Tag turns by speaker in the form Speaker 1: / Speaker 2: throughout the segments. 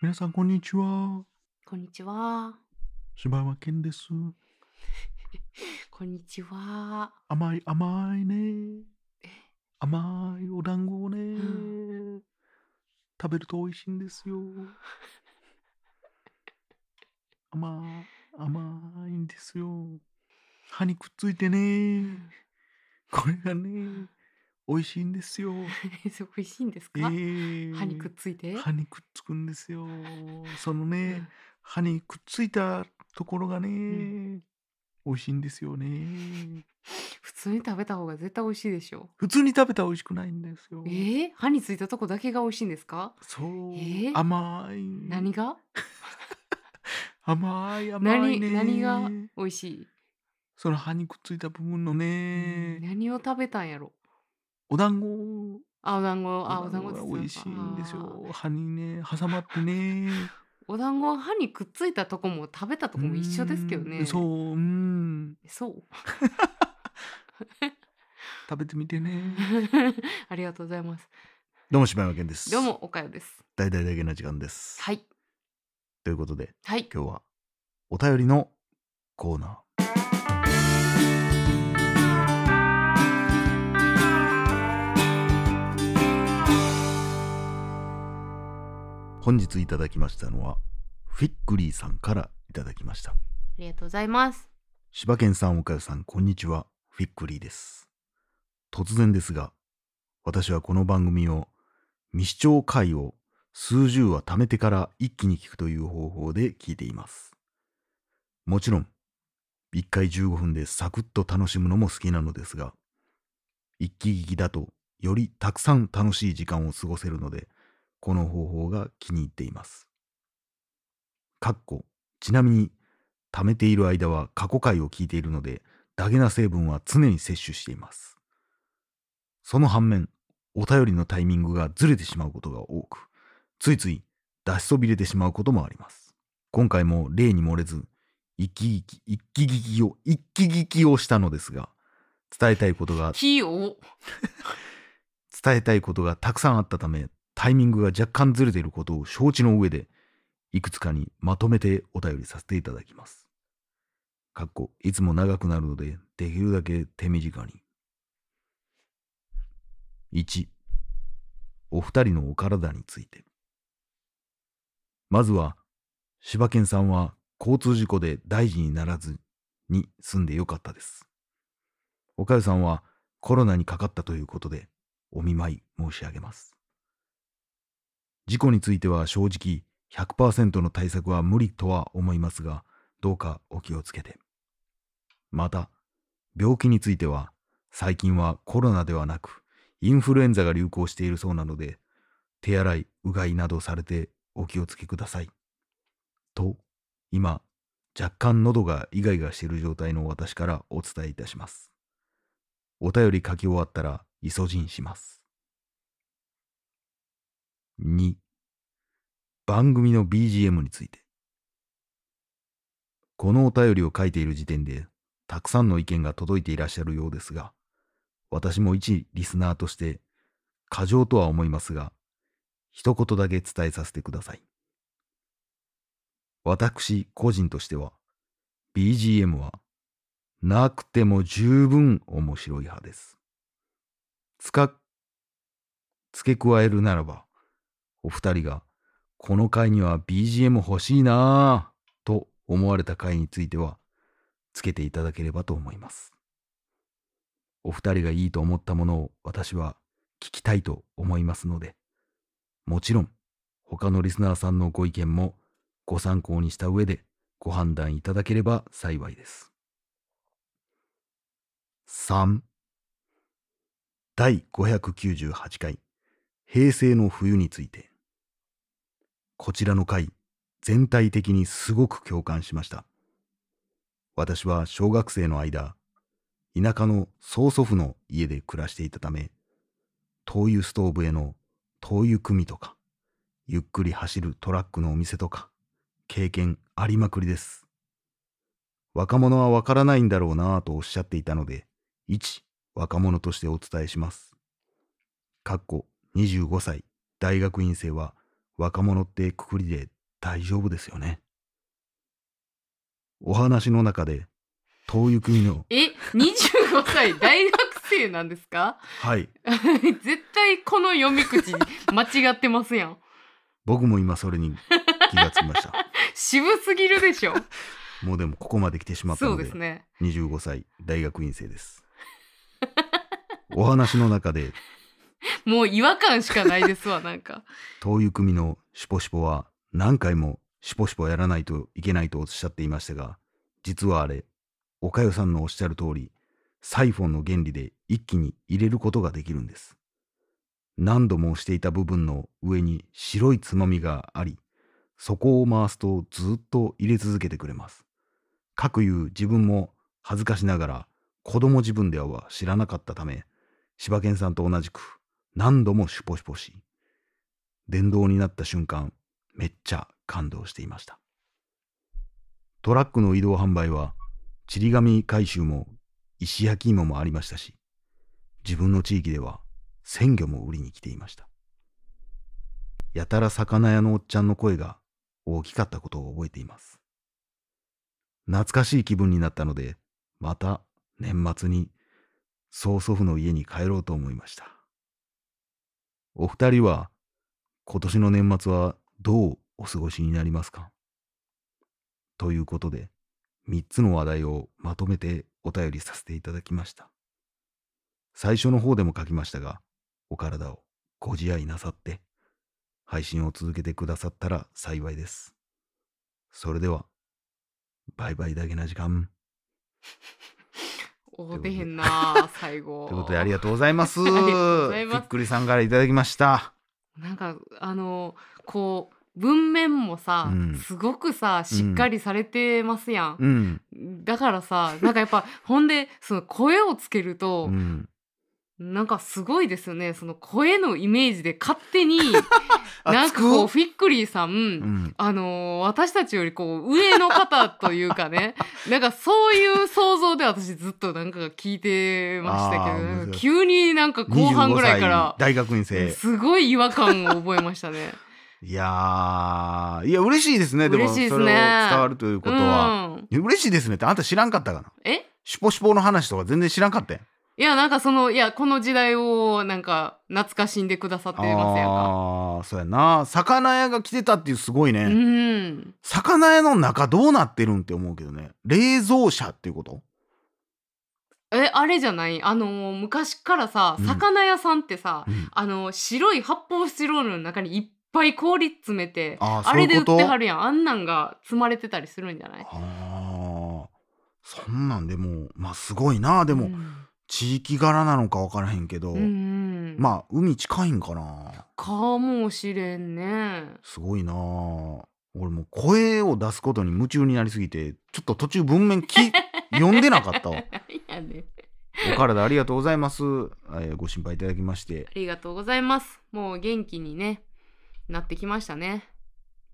Speaker 1: 皆さん、こんにちは。
Speaker 2: こんにちは。
Speaker 1: 柴山健です。
Speaker 2: こんにちは。
Speaker 1: 甘い甘いね。甘いお団子をね、
Speaker 2: う
Speaker 1: 食べると美味しいんですよ。甘い、甘いんですよ。歯にくっついてね。 これがね、美味しいんです よ。
Speaker 2: そう美味しいんです
Speaker 1: え
Speaker 2: か、
Speaker 1: え
Speaker 2: 歯にくっついて。
Speaker 1: 歯にくっつくんですよ。その
Speaker 2: う
Speaker 1: ね、
Speaker 2: ん
Speaker 1: 歯にくっついたところがね、
Speaker 2: ん
Speaker 1: 美味しいんですよね。
Speaker 2: 普通に食べた方が絶対美味しいでしょ
Speaker 1: 普通に食べたら美味しくないんですよ。
Speaker 2: えー、歯についたとこだけが美味しいんですか、
Speaker 1: そう、
Speaker 2: え
Speaker 1: 甘い。
Speaker 2: 何が
Speaker 1: 甘い甘いね。
Speaker 2: 何何が美味しい、
Speaker 1: その歯にくっついた部分のね、
Speaker 2: 何を食べたんやろ
Speaker 1: お団子。
Speaker 2: あお団子あお
Speaker 1: お
Speaker 2: 団
Speaker 1: 団
Speaker 2: 子
Speaker 1: 子
Speaker 2: です
Speaker 1: が美味しい
Speaker 2: よ
Speaker 1: んです
Speaker 2: あー
Speaker 1: よ。歯にね、挟まってね。
Speaker 2: お団子は歯にくっついたとこも食べたとこも一緒 ですけど
Speaker 1: う
Speaker 2: ね
Speaker 1: んそう、うん、
Speaker 2: そう
Speaker 1: 食べてみて ね。
Speaker 2: ありがとうございます
Speaker 1: どうも柴山健です。
Speaker 2: どう。もおかよです
Speaker 1: 大々だけな時間です。
Speaker 2: はい
Speaker 1: ということで。
Speaker 2: はい
Speaker 1: 今日はお便りのコーナー。本日いただきましたのはフィックリーさんからいただきました
Speaker 2: ありがとうございます
Speaker 1: 柴犬さんおかゆさんこんにちはフィックリーです突然ですが私はこの番組を未視聴回を数十話貯めてから一気に聞くという方法で聞いていますもちろん1回15分でサクッと楽しむのも好きなのですが一気聞きだとよりたくさん楽しい時間を過ごせるのでこの方法が気に入っていますかっこちなみに貯めている間は過去回を聞いているので、ダゲな成分は常に摂取しています。その反面、お便りのタイミングがずれてしまうことが多く、ついつい出しそびれてしまうこともあります。今回も例に漏れず、一気聞き、一気聞きを、一気聞きをしたのですが、伝えたいことが、
Speaker 2: 木を
Speaker 1: 伝えたいことがたくさんあったため、タイミングが若干ずれていることを承知の上で、いくつかにまとめてお便りさせていただきます。かっこ、いつも長くなるので、できるだけ手短に。1、お二人のお体について。まずは、柴犬さんは交通事故で大事にならずに済んでよかったです。おかゆさんはコロナにかかったということで、お見舞い申し上げます。事故については正直100%の対策は無理とは思いますが、どうかお気をつけて。また、病気については、最近はコロナではなく、インフルエンザが流行しているそうなので、手洗い、うがいなどされてお気をつけください。と、今、若干喉がイガイガしている状態の私からお伝えいたします。お便り書き終わったら、イソジンします。2. 番組の BGM について。このお便りを書いている時点で、たくさんの意見が届いていらっしゃるようですが、私も一リスナーとして、過剰とは思いますが、一言だけ伝えさせてください。私個人としては、BGM は、なくても十分面白い派です。つか、付け加えるならば、お二人が、この回には BGM 欲しいなぁ、と思われた回については、つけていただければと思います。お二人がいいと思ったものを私は聞きたいと思いますので、もちろん、他のリスナーさんのご意見もご参考にした上でご判断いただければ幸いです。3第598回平成の冬についてこちらの回全体的にすごく共感しました私は小学生の間田舎の曽祖父の家で暮らしていたため灯油ストーブへの灯油組とかゆっくり走るトラックのお店とか経験ありまくりです若者はわからないんだろうなぁとおっしゃっていたので一若者としてお伝えします。かっこ25歳大学院生は若者ってくくりで大丈夫ですよね。お話の中で、遠ゆくみ の、
Speaker 2: え、25歳大学生なんですか
Speaker 1: はい、
Speaker 2: 絶対この読み口間違ってますやん。
Speaker 1: 僕も今それに気がつきま した。
Speaker 2: 渋すぎるでしょ。
Speaker 1: もうでもここまで来てしまった
Speaker 2: そ
Speaker 1: の
Speaker 2: う
Speaker 1: で、
Speaker 2: ですね。
Speaker 1: 25歳大学院生です。お話の中で、
Speaker 2: もう違和感しかないですわ、な んか。
Speaker 1: 遠ゆくみのシポシポは何回もシポシポやらないといけないとおっしゃっていましたが、実はあれ、おかよさんのおっしゃる通り、サイフォンの原理で一気に入れることができるんです。何度も押していた部分の上に白いつまみがあり、そこを回すとずっと入れ続けてくれます。かくいう自分も恥ずかしながら子供自分では知らなかったため、柴犬さんと同じく何度もシュポシュポし、電動になった瞬間、めっちゃ感動していました。トラックの移動販売は、ちり紙回収も石焼き芋もありましたし、自分の地域では鮮魚も売りに来ていました。やたら魚屋のおっちゃんの声が大きかったことを覚えています。懐かしい気分になったので、また年末に曽祖父の家に帰ろうと思いました。お二人は今年の年末はどうお過ごしになりますかということで、3つの話題をまとめてお便りさせていただきました。最初の方でも書きましたが、お体をご自愛なさって、配信を続けてくださったら幸いです。それでは、バイバイだけな時間。
Speaker 2: おでへんな、最 後。
Speaker 1: ということでありがとうございます。
Speaker 2: ありがとうございます
Speaker 1: びっくりさんからいただきました。
Speaker 2: なんかあのこう文面もさ、
Speaker 1: うん
Speaker 2: すごくさしっかりされてますやん、
Speaker 1: うん。
Speaker 2: だからさなんかやっ ぱほんでその声をつける
Speaker 1: う
Speaker 2: と、
Speaker 1: ん、
Speaker 2: なんかすごいですよねその声のイメージで勝手に
Speaker 1: あ
Speaker 2: なんかこう
Speaker 1: つく
Speaker 2: フィックリーさん、
Speaker 1: うん、
Speaker 2: あのー私たちよりこう上の方というか ねなんかそういう想像で私ずっとなんか聞いてましたけ
Speaker 1: あー
Speaker 2: ど
Speaker 1: 面
Speaker 2: なん
Speaker 1: 白
Speaker 2: か
Speaker 1: い
Speaker 2: 急になんか後半ぐらいから
Speaker 1: 25歳大学院生。
Speaker 2: すごい違和感を覚えましたね。
Speaker 1: いやー、いや、嬉しいですね。でも、
Speaker 2: 嬉しいですね
Speaker 1: それを伝わるということは。
Speaker 2: うん、
Speaker 1: いや嬉しいですねって、あんた知らんかったかな。
Speaker 2: え
Speaker 1: シュポシュポの話とか全然知らんかったやん。
Speaker 2: いやなんかそのいやこの時代をなんか懐かしんでくださってますやんか。
Speaker 1: あー、そうやな。魚屋が来てたっていうすごいね。
Speaker 2: うん、
Speaker 1: 魚屋の中どうなってるんって思うけどね。冷蔵車っていうこと
Speaker 2: えあれじゃないあのー昔からさ
Speaker 1: うん
Speaker 2: 魚屋さんってさ、
Speaker 1: うん
Speaker 2: あのー白い発泡スチロールの中にいっぱい氷詰めて
Speaker 1: あー
Speaker 2: あれで
Speaker 1: そうい
Speaker 2: 売
Speaker 1: う
Speaker 2: っ
Speaker 1: こと
Speaker 2: てはるやんあんなんが積まれてたりするんじゃない
Speaker 1: あーそんなんでも、まあすごいな。でも、地域柄なのか分からへんけど、
Speaker 2: うん、うん
Speaker 1: まあ海近いんかな。
Speaker 2: かもしれんね。
Speaker 1: すごいなあ俺もう声を出すことに夢中になりすぎてちょっと途中文面 き読んでなかったわ
Speaker 2: なんやねん
Speaker 1: お体ありがとうございます、えーご心配いただきまして
Speaker 2: ありがとうございます。もう元気にねなってきましたね。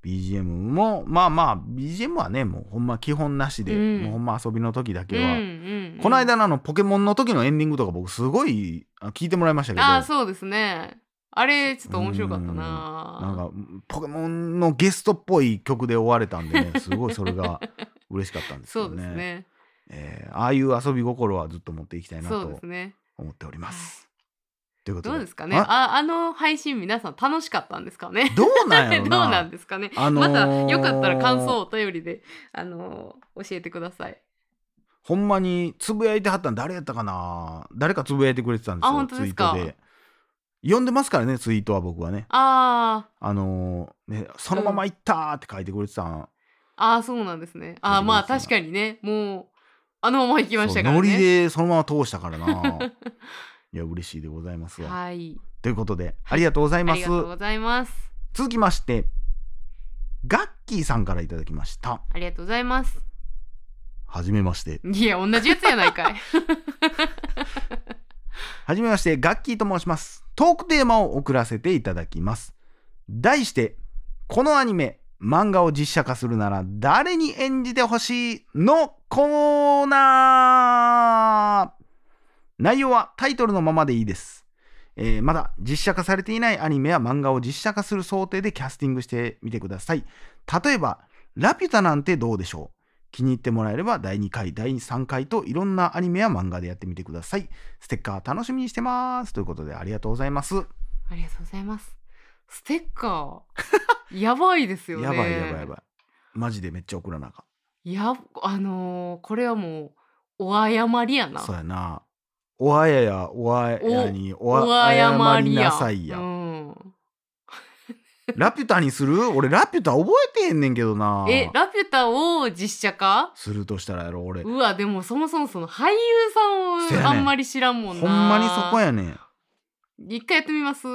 Speaker 1: BGM もまあまあ BGM はねもうほんま基本なしで、
Speaker 2: うん
Speaker 1: もうほんま遊びの時だけ
Speaker 2: う
Speaker 1: は、
Speaker 2: んうんうん
Speaker 1: この間のあのポケモンの時のエンディングとか僕すごいあ聞いてもらいましたけど
Speaker 2: ああそうですねあれちょっと面白かったな
Speaker 1: なんかポケモンのゲストっぽい曲で終われたんでねすごいそれが嬉しかったんですけ
Speaker 2: そ
Speaker 1: ど
Speaker 2: うですね
Speaker 1: えーああいう遊び心はずっと持っていきたいな
Speaker 2: そうで
Speaker 1: と
Speaker 2: すね
Speaker 1: 思っております。ということ
Speaker 2: ど
Speaker 1: で
Speaker 2: うですか ね
Speaker 1: あ
Speaker 2: ああの配信皆さん楽しかったんですかね
Speaker 1: どうなんや ろ
Speaker 2: どう
Speaker 1: な
Speaker 2: なんですかね、
Speaker 1: あのー
Speaker 2: またよかったら感想をお便りで、あのー教えてください
Speaker 1: ほんまにつぶやいてはったん誰やったかな誰かつぶやいてくれてたんです
Speaker 2: あ
Speaker 1: よ
Speaker 2: 本当ですか
Speaker 1: ツイートで。読んでますからねツイートは僕はね。
Speaker 2: あー
Speaker 1: あのーねそのまま行ったーって書いてくれてたん。
Speaker 2: あーそうなんですねあーまあ確かにねもうあのまま行きましたから
Speaker 1: そうノリ
Speaker 2: ね
Speaker 1: でそのまま通したから な。いや嬉しいでございますわ。
Speaker 2: はい
Speaker 1: ということでありがとうござい
Speaker 2: あ
Speaker 1: ま
Speaker 2: り
Speaker 1: す
Speaker 2: が。とうございます
Speaker 1: 続きましてガッキーさんからいただきました。
Speaker 2: ありがとうございます
Speaker 1: はじめまして。
Speaker 2: いや同じやつやない かい
Speaker 1: はじめまして、ガッキーと申します。トークテーマを送らせていただきます。題して、このアニメ、漫画を実写化するなら誰に演じてほしいのコーナー内容はタイトルのままでいいです。えーまだ実写化されていないアニメや漫画を実写化する想定でキャスティングしてみてください。例えば、ラピュタなんてどうでしょう気に入ってもらえれば第2回、第3回といろんなアニメや漫画でやってみてください。ステッカー楽しみにしてます。ということでありがとうございます。
Speaker 2: ありがとうございます。ステッカ ーやばいですよね。
Speaker 1: やばいやばいやばい。マジでめっちゃ送らなあか
Speaker 2: い。やあのーこれはもうお誤りや
Speaker 1: ん。
Speaker 2: な。
Speaker 1: そうやな。おあややおあやにおあ謝りなさいや。
Speaker 2: うん、
Speaker 1: ラピュタにする俺ラピュタ覚えてへんねんけどな。
Speaker 2: えラピュタを実写化？
Speaker 1: するとしたらやろ俺。
Speaker 2: うわでもそもそもその俳優
Speaker 1: せや
Speaker 2: さん
Speaker 1: ね
Speaker 2: をあんまり知らんも
Speaker 1: ほ
Speaker 2: ん
Speaker 1: ん
Speaker 2: な。
Speaker 1: まにそこやねん。
Speaker 2: 一回やってみます？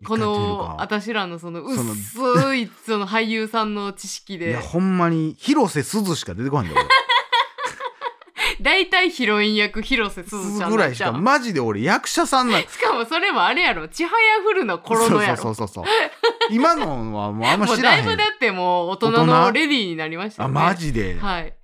Speaker 1: 一
Speaker 2: こ
Speaker 1: 回やってみる
Speaker 2: の
Speaker 1: か
Speaker 2: 私らのその
Speaker 1: その
Speaker 2: 薄いその俳優さんの知識
Speaker 1: い
Speaker 2: で
Speaker 1: やほんまに広瀬すずしか出てこないんだよ
Speaker 2: 大体ヒロイン役広 瀬す
Speaker 1: 俺
Speaker 2: ず
Speaker 1: す
Speaker 2: ちゃ
Speaker 1: ず
Speaker 2: ん
Speaker 1: ぐ
Speaker 2: な
Speaker 1: ら
Speaker 2: っ
Speaker 1: いし
Speaker 2: ちゃ
Speaker 1: か
Speaker 2: う
Speaker 1: マジで俺役者さんなん
Speaker 2: しかもそれもあれやろちはやふるの頃のやろ
Speaker 1: そうそうそうそうそう今のはもうあんま
Speaker 2: もう
Speaker 1: 知ら
Speaker 2: だ
Speaker 1: へ
Speaker 2: いぶ
Speaker 1: ん
Speaker 2: だってもう大人
Speaker 1: 大
Speaker 2: の
Speaker 1: 人
Speaker 2: レディーになりました
Speaker 1: あ
Speaker 2: よね
Speaker 1: マジで、
Speaker 2: はい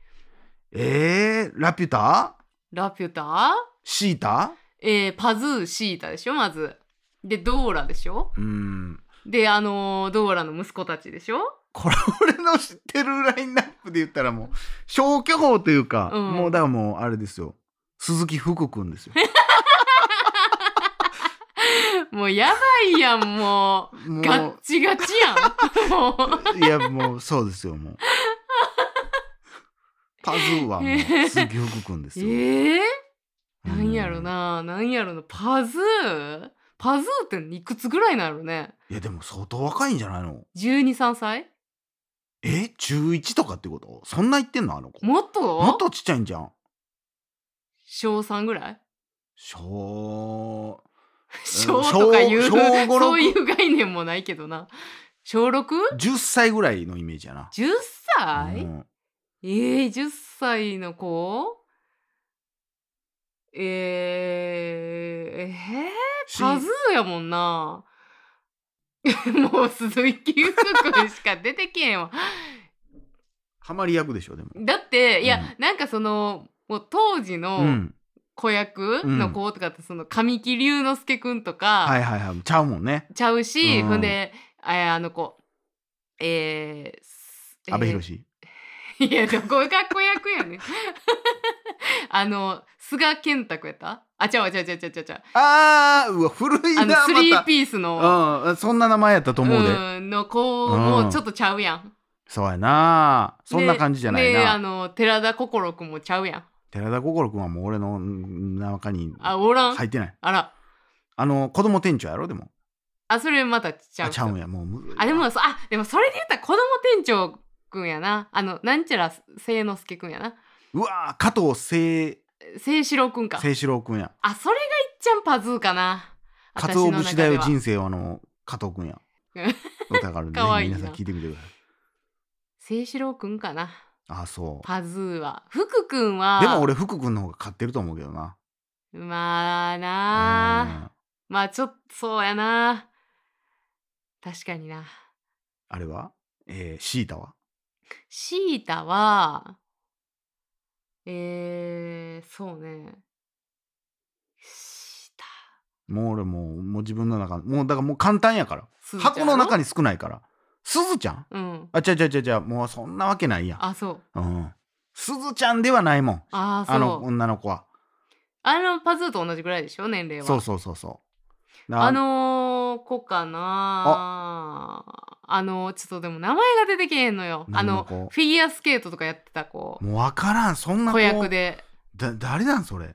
Speaker 1: えー、ラピュタ
Speaker 2: ラピュタ、
Speaker 1: シータ
Speaker 2: えーパズーシータでしょまずでドーラでしょ
Speaker 1: うん
Speaker 2: であのードーラの息子たちでしょ
Speaker 1: これ俺の知ってるラインナップで言ったらもう消去法というか、
Speaker 2: うん
Speaker 1: もうだからもうあれですよ鈴木福君 ですよ
Speaker 2: もうやばいやんも
Speaker 1: も
Speaker 2: う
Speaker 1: う
Speaker 2: ガッチガチ やんもう
Speaker 1: いやもうそうですよも うパズーはもう鈴木福君ですよ、
Speaker 2: ええ
Speaker 1: う
Speaker 2: ー、
Speaker 1: ん
Speaker 2: なんやろななんやろなパズーパズーっていくつぐらいなのね
Speaker 1: いやでも相当若いんじゃないの
Speaker 2: 123歳
Speaker 1: え中1とかってことそんな言ってんのあの子
Speaker 2: もっと
Speaker 1: もっとちっちゃいんじゃん
Speaker 2: 小3ぐらい
Speaker 1: 小
Speaker 2: 小とかいう、
Speaker 1: 小小五六
Speaker 2: そういう概念もないけどな小 6?10
Speaker 1: 10歳ぐらいのイメージやな、
Speaker 2: 歳、
Speaker 1: うん
Speaker 2: えー、10歳の子えー、えー、
Speaker 1: し
Speaker 2: パズーやもんな もう鈴木優子くんしか出てけえへんわ
Speaker 1: ハマり役でしょでも
Speaker 2: だっていや、
Speaker 1: うん
Speaker 2: なんかそのもう当時
Speaker 1: う
Speaker 2: の
Speaker 1: ん
Speaker 2: 子役の子とかってその神木隆之介くんとか、
Speaker 1: はいはいはいちゃうもんね
Speaker 2: ちゃうし、
Speaker 1: うん
Speaker 2: ほんでああの子えーす、えー
Speaker 1: 阿部寛
Speaker 2: いやどこが子役やねん あの菅健太君やったあちゃうわちゃうちゃうちゃうちゃうちゃう
Speaker 1: あーうわ古いな
Speaker 2: あの
Speaker 1: ま
Speaker 2: スリー
Speaker 1: た
Speaker 2: ピースの、
Speaker 1: うん、そんな名前やったと思うで、
Speaker 2: うんの子
Speaker 1: うん
Speaker 2: もちょっとちゃうやん、
Speaker 1: そうやなそんな感じじゃない
Speaker 2: であ
Speaker 1: な
Speaker 2: の寺田心君もちゃうやん
Speaker 1: 寺田心君はもう俺のん中に
Speaker 2: あおらん、
Speaker 1: 入ってない
Speaker 2: あら
Speaker 1: あの子供店長やろでも
Speaker 2: あそれまたちゃ
Speaker 1: あ
Speaker 2: う
Speaker 1: ちゃうんやもうむ
Speaker 2: あでもそあでもそれで言ったら子供店長くんやなあのなんちゃら清之助くんやな
Speaker 1: うわー加藤清
Speaker 2: 清志郎くんか
Speaker 1: 清志郎君や
Speaker 2: あ、それがいっちゃんパズーかな。
Speaker 1: カツオ節だよ人
Speaker 2: 生。
Speaker 1: 生はあの加藤 君や
Speaker 2: うん
Speaker 1: 歌があるんで、ね
Speaker 2: かわ、いいな
Speaker 1: 皆さん聞いてみてください
Speaker 2: 清志郎くんかな。
Speaker 1: あそう
Speaker 2: パズーは。福くんは。
Speaker 1: でも俺福君の方が勝ってると思うけどな
Speaker 2: まあ
Speaker 1: うん
Speaker 2: なあ。まあちょっとそうやな。確かにな。
Speaker 1: あれはえー、シータは
Speaker 2: シータは、えー、そうね。シータ
Speaker 1: もう俺もうもう自分の中もうだからもう簡単やから。
Speaker 2: すずちゃん
Speaker 1: 箱の中に少ないからすずちゃん
Speaker 2: うん。
Speaker 1: あちゃうちゃうちゃうちゃうもうそんなわけないやん
Speaker 2: あ、そ
Speaker 1: う
Speaker 2: う。
Speaker 1: んすずちゃんではないもん
Speaker 2: あー、
Speaker 1: あの
Speaker 2: そう。
Speaker 1: 女の子は
Speaker 2: あの、パズーと同じぐらいでしょ、年齢は。
Speaker 1: そうそうそうそうだ
Speaker 2: あのー、子かなあのー、ちょっとでも名前が出てけえへんのよ。あ
Speaker 1: 何の
Speaker 2: の、
Speaker 1: 子
Speaker 2: フィギュアスケートとかやってた子。
Speaker 1: もう分からんそんな
Speaker 2: 子
Speaker 1: 子
Speaker 2: 役で。
Speaker 1: だ誰なんそ れ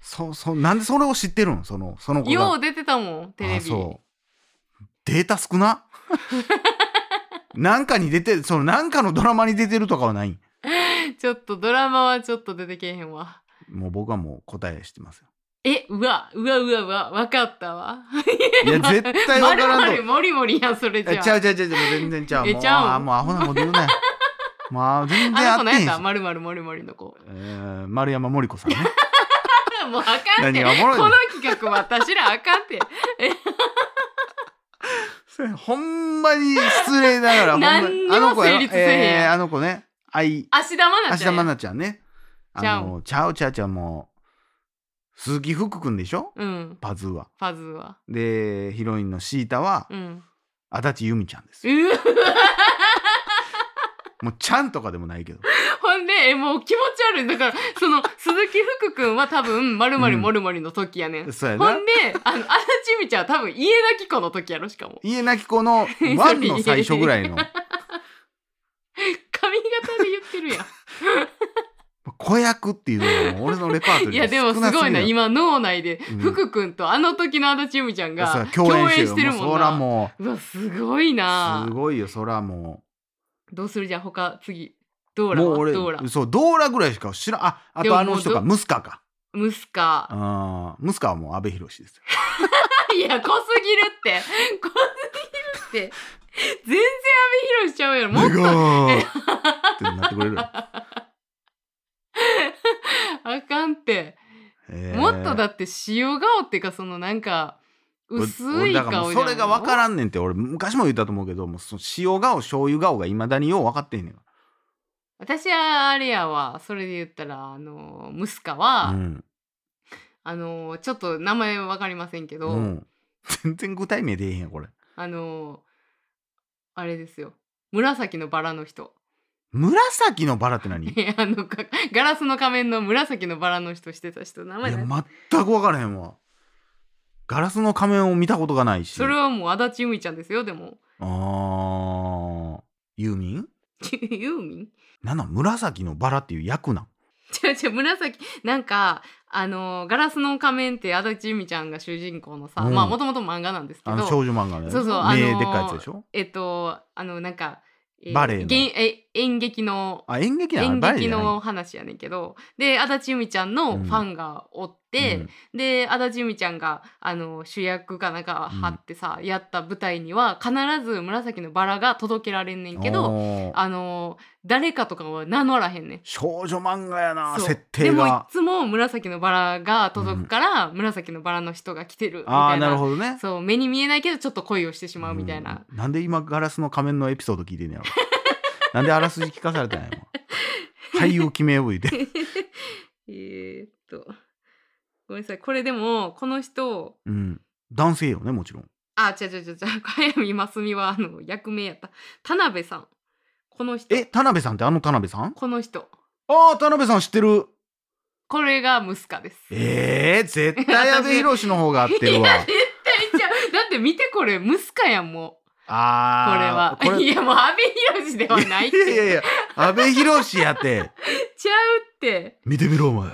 Speaker 1: そそなんでそれを知ってるんそのその子が
Speaker 2: よう出てたもん、テレ
Speaker 1: あ
Speaker 2: ビ。
Speaker 1: そうデータ少な なんかに出てそのなんかのドラマに出てるとかはない
Speaker 2: ちょっとドラマはちょっと出てけえへんわ。
Speaker 1: もう僕はもう答えしてますよ
Speaker 2: え、うわ、うわうわうわ、わかったわ。
Speaker 1: いや絶対わからん
Speaker 2: まるまるもりもりやん、それ
Speaker 1: と
Speaker 2: じ
Speaker 1: え
Speaker 2: ゃ
Speaker 1: ちゃ
Speaker 2: あ。
Speaker 1: うちゃうちゃうちゃう全然ちゃう
Speaker 2: え
Speaker 1: もう
Speaker 2: ちゃう
Speaker 1: あーもうアホなこと言う なよまあ全然
Speaker 2: あ
Speaker 1: あ
Speaker 2: の子
Speaker 1: ってへ
Speaker 2: 何
Speaker 1: ん
Speaker 2: や
Speaker 1: し
Speaker 2: っ
Speaker 1: た
Speaker 2: まるまるもりもりの子。
Speaker 1: えー丸山森子さんね
Speaker 2: もうあかん
Speaker 1: 何
Speaker 2: て。
Speaker 1: がおもろい
Speaker 2: こ
Speaker 1: の
Speaker 2: の企画私らあかんて。
Speaker 1: それほんまに失礼ながらほんま
Speaker 2: 何にも
Speaker 1: あの子やろ
Speaker 2: 成立せえへん
Speaker 1: えーあの子ね愛
Speaker 2: 芦田愛
Speaker 1: 芦
Speaker 2: 菜ちゃ
Speaker 1: 田愛
Speaker 2: んや。
Speaker 1: 菜ちゃんね。
Speaker 2: ちゃ
Speaker 1: あ
Speaker 2: う
Speaker 1: のちゃうちゃうちゃうもう鈴木福君でしょ
Speaker 2: うん
Speaker 1: パズーは。
Speaker 2: パズーは
Speaker 1: でヒロインのシータは
Speaker 2: うん
Speaker 1: 足立由美ちゃんです
Speaker 2: う
Speaker 1: よ。
Speaker 2: ー
Speaker 1: もうちゃんとかでもないけ ど。
Speaker 2: ほんでえもう気持ち悪いだからその鈴木福君は多分「まるまるもるもる」の時やねん、
Speaker 1: そうや
Speaker 2: ほ。
Speaker 1: なん
Speaker 2: であの足立美ちゃんは多分家なき子の時やろしかも
Speaker 1: 家なき子 のワンの最初ぐらいの
Speaker 2: 髪型で言って るやん
Speaker 1: 子役っていうのがもう俺のレパート
Speaker 2: い
Speaker 1: リー
Speaker 2: や
Speaker 1: が
Speaker 2: でも
Speaker 1: 少
Speaker 2: す
Speaker 1: なす
Speaker 2: ご
Speaker 1: ぎ
Speaker 2: いな
Speaker 1: る
Speaker 2: 今脳内で
Speaker 1: うん
Speaker 2: 福君とあの時の足立由美ちゃ
Speaker 1: そ
Speaker 2: んが
Speaker 1: ら
Speaker 2: 共
Speaker 1: 共演
Speaker 2: 演
Speaker 1: し
Speaker 2: し
Speaker 1: ててる
Speaker 2: る
Speaker 1: もん
Speaker 2: も
Speaker 1: そ
Speaker 2: ん
Speaker 1: ら
Speaker 2: な
Speaker 1: も
Speaker 2: うわすごいうな
Speaker 1: すごいよそらも
Speaker 2: どうするじゃん他次ドー
Speaker 1: う
Speaker 2: ラ
Speaker 1: も
Speaker 2: は
Speaker 1: う俺
Speaker 2: ドーラ
Speaker 1: そうドーラぐらいしか知らんああ
Speaker 2: でも
Speaker 1: とあの人
Speaker 2: も
Speaker 1: か
Speaker 2: う
Speaker 1: ムスカか
Speaker 2: ムスカ
Speaker 1: あームスカはもう阿部寛ですよ
Speaker 2: いや濃すぎるって濃すぎるって全然阿部寛ちゃ うやろもっ
Speaker 1: 目
Speaker 2: と
Speaker 1: がーってなってくれ る、
Speaker 2: あかんって、
Speaker 1: え
Speaker 2: もっとだって塩顔っていうかそのなんか薄
Speaker 1: 俺
Speaker 2: い
Speaker 1: だからも
Speaker 2: 顔
Speaker 1: う
Speaker 2: じゃ
Speaker 1: そ
Speaker 2: ん
Speaker 1: れが分からんねんって俺昔も言ったと思うけどもうその塩顔醤油顔がいまだによう分かってへんねん
Speaker 2: 私はあれやわそれで言ったらあのムスカは、
Speaker 1: うん
Speaker 2: あのちょっと名前わかりませんけど、
Speaker 1: うん、全然具体名出えへんよこれ
Speaker 2: あのあれですよ紫のバラの人
Speaker 1: 紫のバラって何
Speaker 2: い やあのかガラスの仮面の紫のバラの人してた人名前
Speaker 1: いや
Speaker 2: 何
Speaker 1: 全く分からへんわガラスの仮面を見たことがないし
Speaker 2: それはもう足立由美ちゃんですよでも
Speaker 1: あーユーミン
Speaker 2: ユーミン
Speaker 1: なんなん紫のバラっていう役なん
Speaker 2: 違う違う紫なんかあのガラスの仮面って足立由美ちゃんが主人公のさ、
Speaker 1: うん
Speaker 2: まあもともと漫画なんですけ
Speaker 1: あの
Speaker 2: ど
Speaker 1: 少女漫画のやつ
Speaker 2: そうそうあの
Speaker 1: 目
Speaker 2: ー
Speaker 1: でっかいやつでしょ
Speaker 2: えっとあのなんか、え
Speaker 1: バレエの
Speaker 2: げんえ演劇の
Speaker 1: あ演劇な
Speaker 2: 演
Speaker 1: のバレエ
Speaker 2: 劇
Speaker 1: じゃない
Speaker 2: の話やねんけどで足立由美ちゃんのファンがおって、
Speaker 1: うん
Speaker 2: で足立由美ちゃんがあの主役かなんか張ってさ、やった舞台には必ず紫のバラが届けられんねんけど
Speaker 1: おー
Speaker 2: あの誰かとかは名乗らへんねん。
Speaker 1: 少女漫画やな
Speaker 2: そう
Speaker 1: 設定
Speaker 2: でもい
Speaker 1: が
Speaker 2: つも紫のバラが届くから、紫のバラの人が来てるみたいな
Speaker 1: ああーなるほどね
Speaker 2: そう目に見えないけどちょっと恋をしてしまうみたいな、
Speaker 1: うんなんで今ガラスの仮面のエピソード聞いてんねやろ なんであらすじ聞かされてない の俳優決めよう言うて
Speaker 2: えーっとごめんなさいこれでもこの人
Speaker 1: うん男性よねもちろん
Speaker 2: あ違う違う違う違う早見真澄はあの役名やった田辺さんこの人
Speaker 1: え田辺さんってあの田辺さん
Speaker 2: この人
Speaker 1: ああ田辺さん知ってる
Speaker 2: これがムスカです
Speaker 1: えー、絶対阿部寛の方が合ってるわ
Speaker 2: 絶対ちゃうだって見てこれムスカやんもうこれ
Speaker 1: あ
Speaker 2: は
Speaker 1: あこ
Speaker 2: いやもう阿部寛ではないって
Speaker 1: いやいやいや阿部寛やって
Speaker 2: ちゃうって
Speaker 1: 見てみろお 前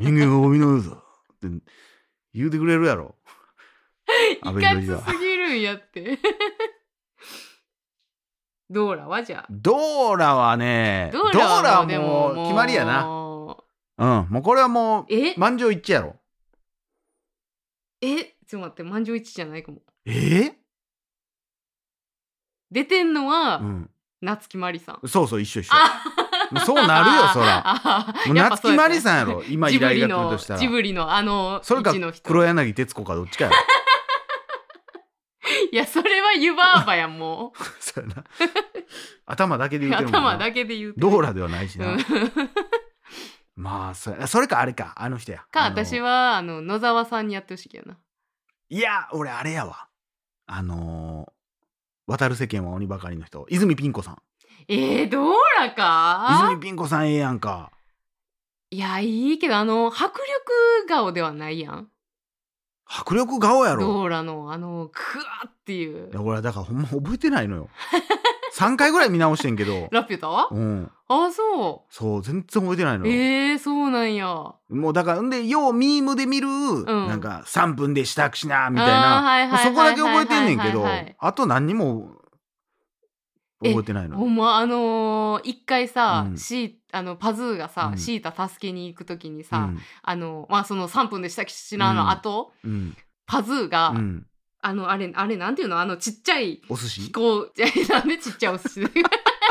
Speaker 1: 人間はゴミのようだって言うてくれるやろ
Speaker 2: いか
Speaker 1: 安倍のりだ
Speaker 2: つすぎるんやって。 ドーラはじゃあ。
Speaker 1: ドーラはねドーラはもう決まりやな
Speaker 2: な。
Speaker 1: うんもうこれはもう
Speaker 2: え、
Speaker 1: 満場一致やろ
Speaker 2: え、ちょっと待って、満場一致じゃないかも。
Speaker 1: えー
Speaker 2: 出てんのは、
Speaker 1: うん、
Speaker 2: 夏木マリさん。
Speaker 1: そうそう一緒一緒
Speaker 2: あ
Speaker 1: もうそうなるよそら
Speaker 2: あ
Speaker 1: もう
Speaker 2: やっぱ
Speaker 1: 夏
Speaker 2: そう
Speaker 1: 木
Speaker 2: や
Speaker 1: マ
Speaker 2: ね
Speaker 1: リさんやろ今
Speaker 2: ジ
Speaker 1: 依
Speaker 2: ブ
Speaker 1: 頼
Speaker 2: リ
Speaker 1: が来ると
Speaker 2: の
Speaker 1: した、ら
Speaker 2: ジブリのあの、
Speaker 1: それか
Speaker 2: 位置の人
Speaker 1: 黒柳徹子かどっちかやろ
Speaker 2: いや、それは湯婆婆やん、も
Speaker 1: そうやな頭だけで
Speaker 2: う。
Speaker 1: 言うてるもんな
Speaker 2: 頭だけで言うてる
Speaker 1: ドーラではないしな、
Speaker 2: うん
Speaker 1: まあそれそれかあれかあの人や
Speaker 2: か、
Speaker 1: あの
Speaker 2: 私は、あの、野沢さんにやってほしいけどな。
Speaker 1: いや俺あれやわあのー渡る世間は鬼ばかりの人泉ピン子さん
Speaker 2: えー、ドーラか
Speaker 1: 泉ピン子さんええやんか
Speaker 2: いや、いいけど、あの、迫力顔ではないやん。
Speaker 1: 迫力顔やろ
Speaker 2: ローラのあのクワっていう
Speaker 1: いや俺はだからほんま覚えてないのよ 3回ぐらい見直してんけ ど
Speaker 2: ラピュタ
Speaker 1: うん
Speaker 2: あそ
Speaker 1: そう全然覚えてないの
Speaker 2: う
Speaker 1: よ、
Speaker 2: えー、そうなんや
Speaker 1: もうだからんでようミームで見る、なんか3分で支度しなみたいな
Speaker 2: な
Speaker 1: そこだけ覚えてんねんけどあと何にも覚えてないの
Speaker 2: ほんまあのー一回さ、
Speaker 1: うん
Speaker 2: シーあのパズーがさ、
Speaker 1: うん
Speaker 2: シータ助けに行くときに
Speaker 1: う
Speaker 2: さ、
Speaker 1: ん
Speaker 2: あのまあその3分でしたきしなの後、
Speaker 1: うん
Speaker 2: パズーが、
Speaker 1: うん
Speaker 2: あのあれあれなんていうのあのちっちゃい
Speaker 1: お寿司
Speaker 2: こうなんでちっちゃいお寿司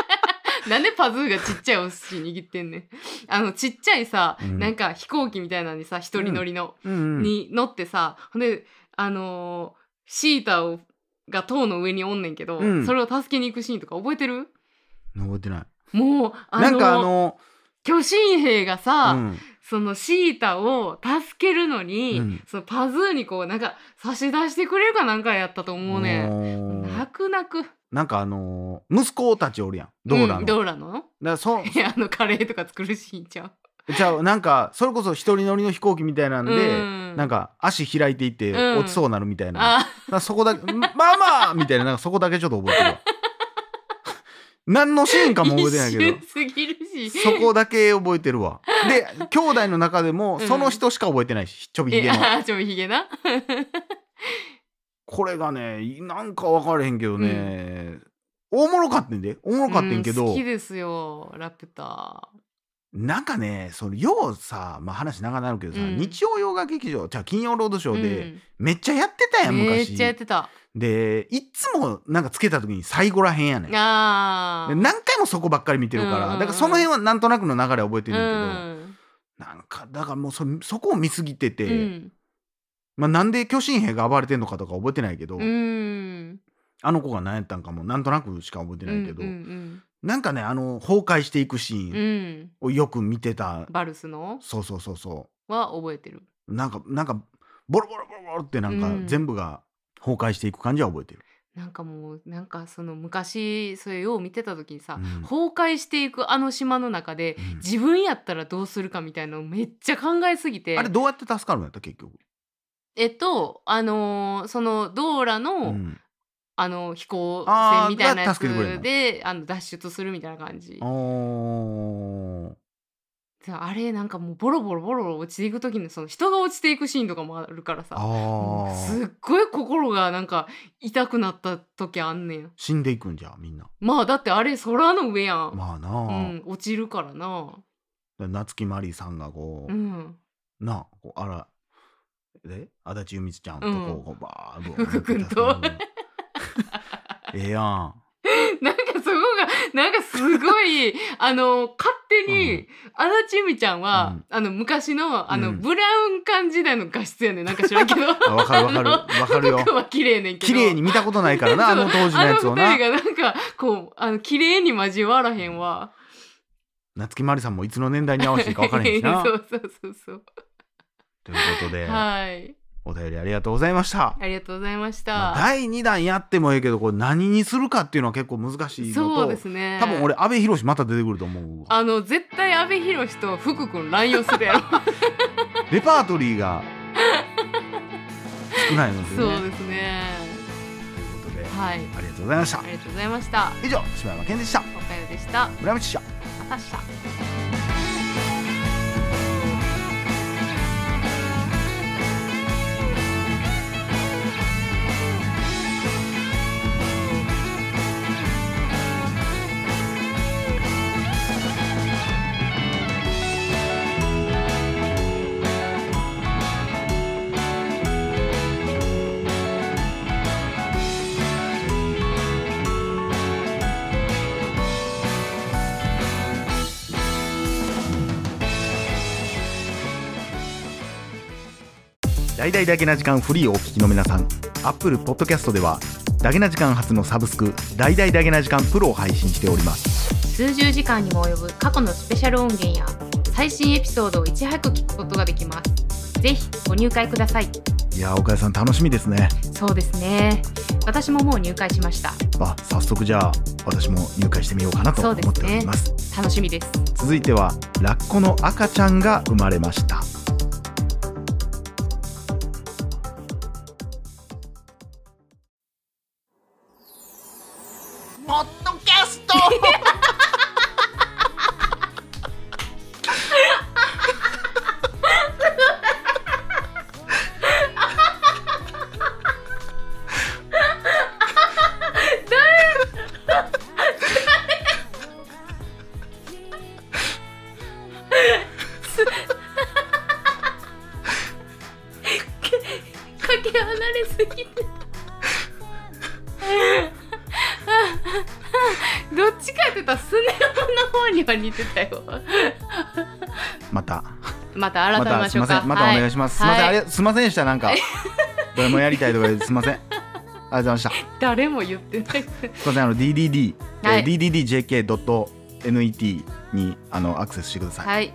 Speaker 2: なんでパズーがちっちゃいお寿司握ってんねんあのちっちゃいさ、
Speaker 1: うん
Speaker 2: なんか飛行機みたいなのにさ一人乗りの、
Speaker 1: うん
Speaker 2: に乗ってさほんであのーシータをが塔の上におんねんけど、
Speaker 1: うん
Speaker 2: それを助けに行くシーンとか覚えてる
Speaker 1: 覚えてない
Speaker 2: もうあの
Speaker 1: なんかあの
Speaker 2: 巨神兵がさ、
Speaker 1: うん
Speaker 2: そのシータを助けるのに、
Speaker 1: うん
Speaker 2: そのパズーにこうなんか差し出してくれるかなんかやったと思うね
Speaker 1: ん
Speaker 2: 泣く泣く
Speaker 1: なんかあのー息子たちおるやんドーラの、
Speaker 2: うん
Speaker 1: だか
Speaker 2: ドーラの
Speaker 1: らそ
Speaker 2: い やあのカレーとか作るシーンちゃう
Speaker 1: じゃあなんかそれこそ一人乗りの飛行機みたいなんで、
Speaker 2: うん
Speaker 1: なんか足開いていって
Speaker 2: うん
Speaker 1: 落ちそうなるみたいな、
Speaker 2: あ
Speaker 1: なんかそこだけ「ママ!」みたいななんかそこだけちょっと覚えてる わ何のシーンかも覚えてないけ
Speaker 2: 一瞬すぎるし
Speaker 1: どそこだけ覚えてる わで兄弟の中でも
Speaker 2: うん
Speaker 1: その人しか覚えてないしちょびひげの
Speaker 2: え あちょびひげな
Speaker 1: これがねなんか分からへんけどね、おもろかってんでおもろかってんけ
Speaker 2: う
Speaker 1: ど、
Speaker 2: 好きですよラピュタ
Speaker 1: なんかねそのようさ、まあ、話長くなるけどさ、
Speaker 2: うん
Speaker 1: 日曜洋画劇場じゃあ金曜ロードショーで、
Speaker 2: うん
Speaker 1: めっちゃやってたやん
Speaker 2: め
Speaker 1: 昔
Speaker 2: っちゃやってた
Speaker 1: でいっつもなんかつけた時に最後らへんやねんで
Speaker 2: あー
Speaker 1: 何回もそこばっかり見てるから、
Speaker 2: うんうんうん
Speaker 1: だからその辺はなんとなくの流れは覚えてるんだけど、
Speaker 2: うん
Speaker 1: なんかだからもうそそこを見すぎてて、
Speaker 2: うん
Speaker 1: まあ、なんで巨神兵が暴れてんのかとか覚えてないけど、
Speaker 2: うん
Speaker 1: あの子が何やったんかもなんとなくしか覚えてないけど、
Speaker 2: うんうん
Speaker 1: なんかねあの崩壊していくシ
Speaker 2: うん
Speaker 1: ー
Speaker 2: う
Speaker 1: ン
Speaker 2: ん
Speaker 1: をよく見てた、
Speaker 2: バルスの
Speaker 1: そうそうそうそう
Speaker 2: は覚えてる
Speaker 1: なんかなんかボロボロボロボロってなん
Speaker 2: う
Speaker 1: か
Speaker 2: ん
Speaker 1: 全部が崩壊していく感じは覚えてる。
Speaker 2: なんかもうなんかその昔それよう見てた時にさ、
Speaker 1: うん
Speaker 2: 崩壊していくあの島の中で
Speaker 1: うん
Speaker 2: 自分やったらどうするかみたいなのめっちゃ考えすぎて
Speaker 1: あれどうやって助かるんやった結局。
Speaker 2: えっとあのーそのドーラの、
Speaker 1: うん
Speaker 2: あの飛行
Speaker 1: あ
Speaker 2: 船
Speaker 1: ー
Speaker 2: みたいなやつ
Speaker 1: が助けてくれるの
Speaker 2: であの脱出するみたいな感じ
Speaker 1: おー
Speaker 2: であれなんかもうボロボロボロボロ落ちていく時のその人が落ちていくシーンとかもあるからさ
Speaker 1: あ
Speaker 2: もう
Speaker 1: ー
Speaker 2: すっごい心がなんか痛くなった時あんねん
Speaker 1: 死んでいくんじゃみんな。
Speaker 2: まあだってあれ空の上やん、
Speaker 1: まあな
Speaker 2: う
Speaker 1: あ、
Speaker 2: ん、落ちるからな
Speaker 1: 夏木マリさんがこう、
Speaker 2: うん
Speaker 1: なあこうあらで足立由美ちゃんとこう,、こうバーッこう
Speaker 2: 福君と
Speaker 1: うんええやん。
Speaker 2: なんかそこがなんかすごい あの勝手に、
Speaker 1: うん
Speaker 2: 足立由美ちゃんは、
Speaker 1: うん
Speaker 2: あの昔のあの、
Speaker 1: うん
Speaker 2: ブラウン管時代の画質やねんなんか知らん けど
Speaker 1: あわかるわ かるわかるよ。
Speaker 2: 服は綺麗ねんけど
Speaker 1: 綺麗に見たことないからなあの当時のやつを
Speaker 2: あの
Speaker 1: な
Speaker 2: 二。人がなんかこうあの綺麗に交わらへんわ
Speaker 1: 夏木マリさんもいつの年代に合わせていいか分からへんしな。
Speaker 2: そうそうそうそう、
Speaker 1: ということで、
Speaker 2: はい
Speaker 1: お便りありがとうございました。
Speaker 2: ありがとうございました、
Speaker 1: まあ第2弾やってもいいけどこれ何にするかっていうのは結構難しいの
Speaker 2: そう
Speaker 1: と、
Speaker 2: ですね
Speaker 1: 多分俺阿部寛また出てくると思うわ
Speaker 2: あの絶対阿部寛と福君乱用する やろ
Speaker 1: レパートリーが少ないのでね。
Speaker 2: そうですね
Speaker 1: ということで
Speaker 2: はい
Speaker 1: ありがとうございました
Speaker 2: あ。りがとうございました
Speaker 1: 以上柴山健でした。
Speaker 2: おかよでした
Speaker 1: 村道記者
Speaker 2: また明日
Speaker 1: 大々だけな時間フリーをお聞きの皆さん、Apple Podcast ではだけな時間初のサブスク大々だけな時間プロを配信しております。
Speaker 2: 数十時間にも及ぶ過去のスペシャル音源や最新エピソードをいち早く聞くことができますぜひご入会ください
Speaker 1: いやー岡谷さん楽しみですね。
Speaker 2: そうですね私ももう入会しました
Speaker 1: あ早速じゃあ私も入会してみようかなと
Speaker 2: そ
Speaker 1: 思
Speaker 2: う
Speaker 1: っ
Speaker 2: で
Speaker 1: て
Speaker 2: すね
Speaker 1: おります
Speaker 2: 楽しみです
Speaker 1: 続いてはラッコの赤ちゃんが生まれました
Speaker 3: ポッドキャスト
Speaker 2: かけ離れすぎて どっちかって言ったらスネ夫の方には似てたよ
Speaker 1: また
Speaker 2: また改
Speaker 1: ま
Speaker 2: めま
Speaker 1: たす
Speaker 2: し
Speaker 1: い
Speaker 2: ょう
Speaker 1: ませ
Speaker 2: か
Speaker 1: んまたお願いします、
Speaker 2: は
Speaker 1: すいませんあ
Speaker 2: は
Speaker 1: れすいませんでしたなん かどれもやりたいとかですいませんありがとうございましたす
Speaker 2: 誰も言ってない
Speaker 1: いませんあの DDD、
Speaker 2: はい
Speaker 1: えー DDDJK.net にあのアクセスしてください、
Speaker 2: はい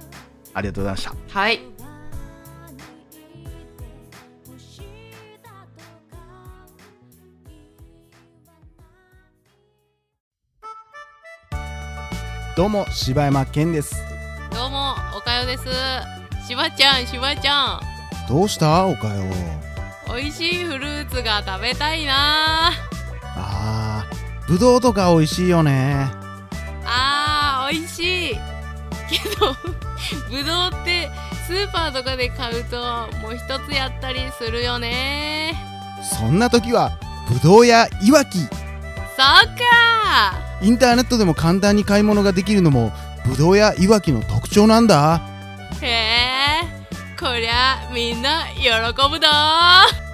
Speaker 1: ありがとうございました
Speaker 2: はい
Speaker 1: どうも柴山健です
Speaker 2: どうもおかよですしばちゃんしばちゃん
Speaker 1: どうしたおかよ
Speaker 2: 美味しいフルーツが食べたいな
Speaker 1: あーぶどうとか美味しいよね
Speaker 2: あー美味しいけど ぶどうってスーパーとかで買うともう一つやったりするよね
Speaker 1: そんな時はぶどうやいわき
Speaker 2: そっか
Speaker 1: インターネットでも簡単に買い物ができるのもぶどうやいわきの特徴なんだ
Speaker 2: ーへえこりゃみんな喜ぶだー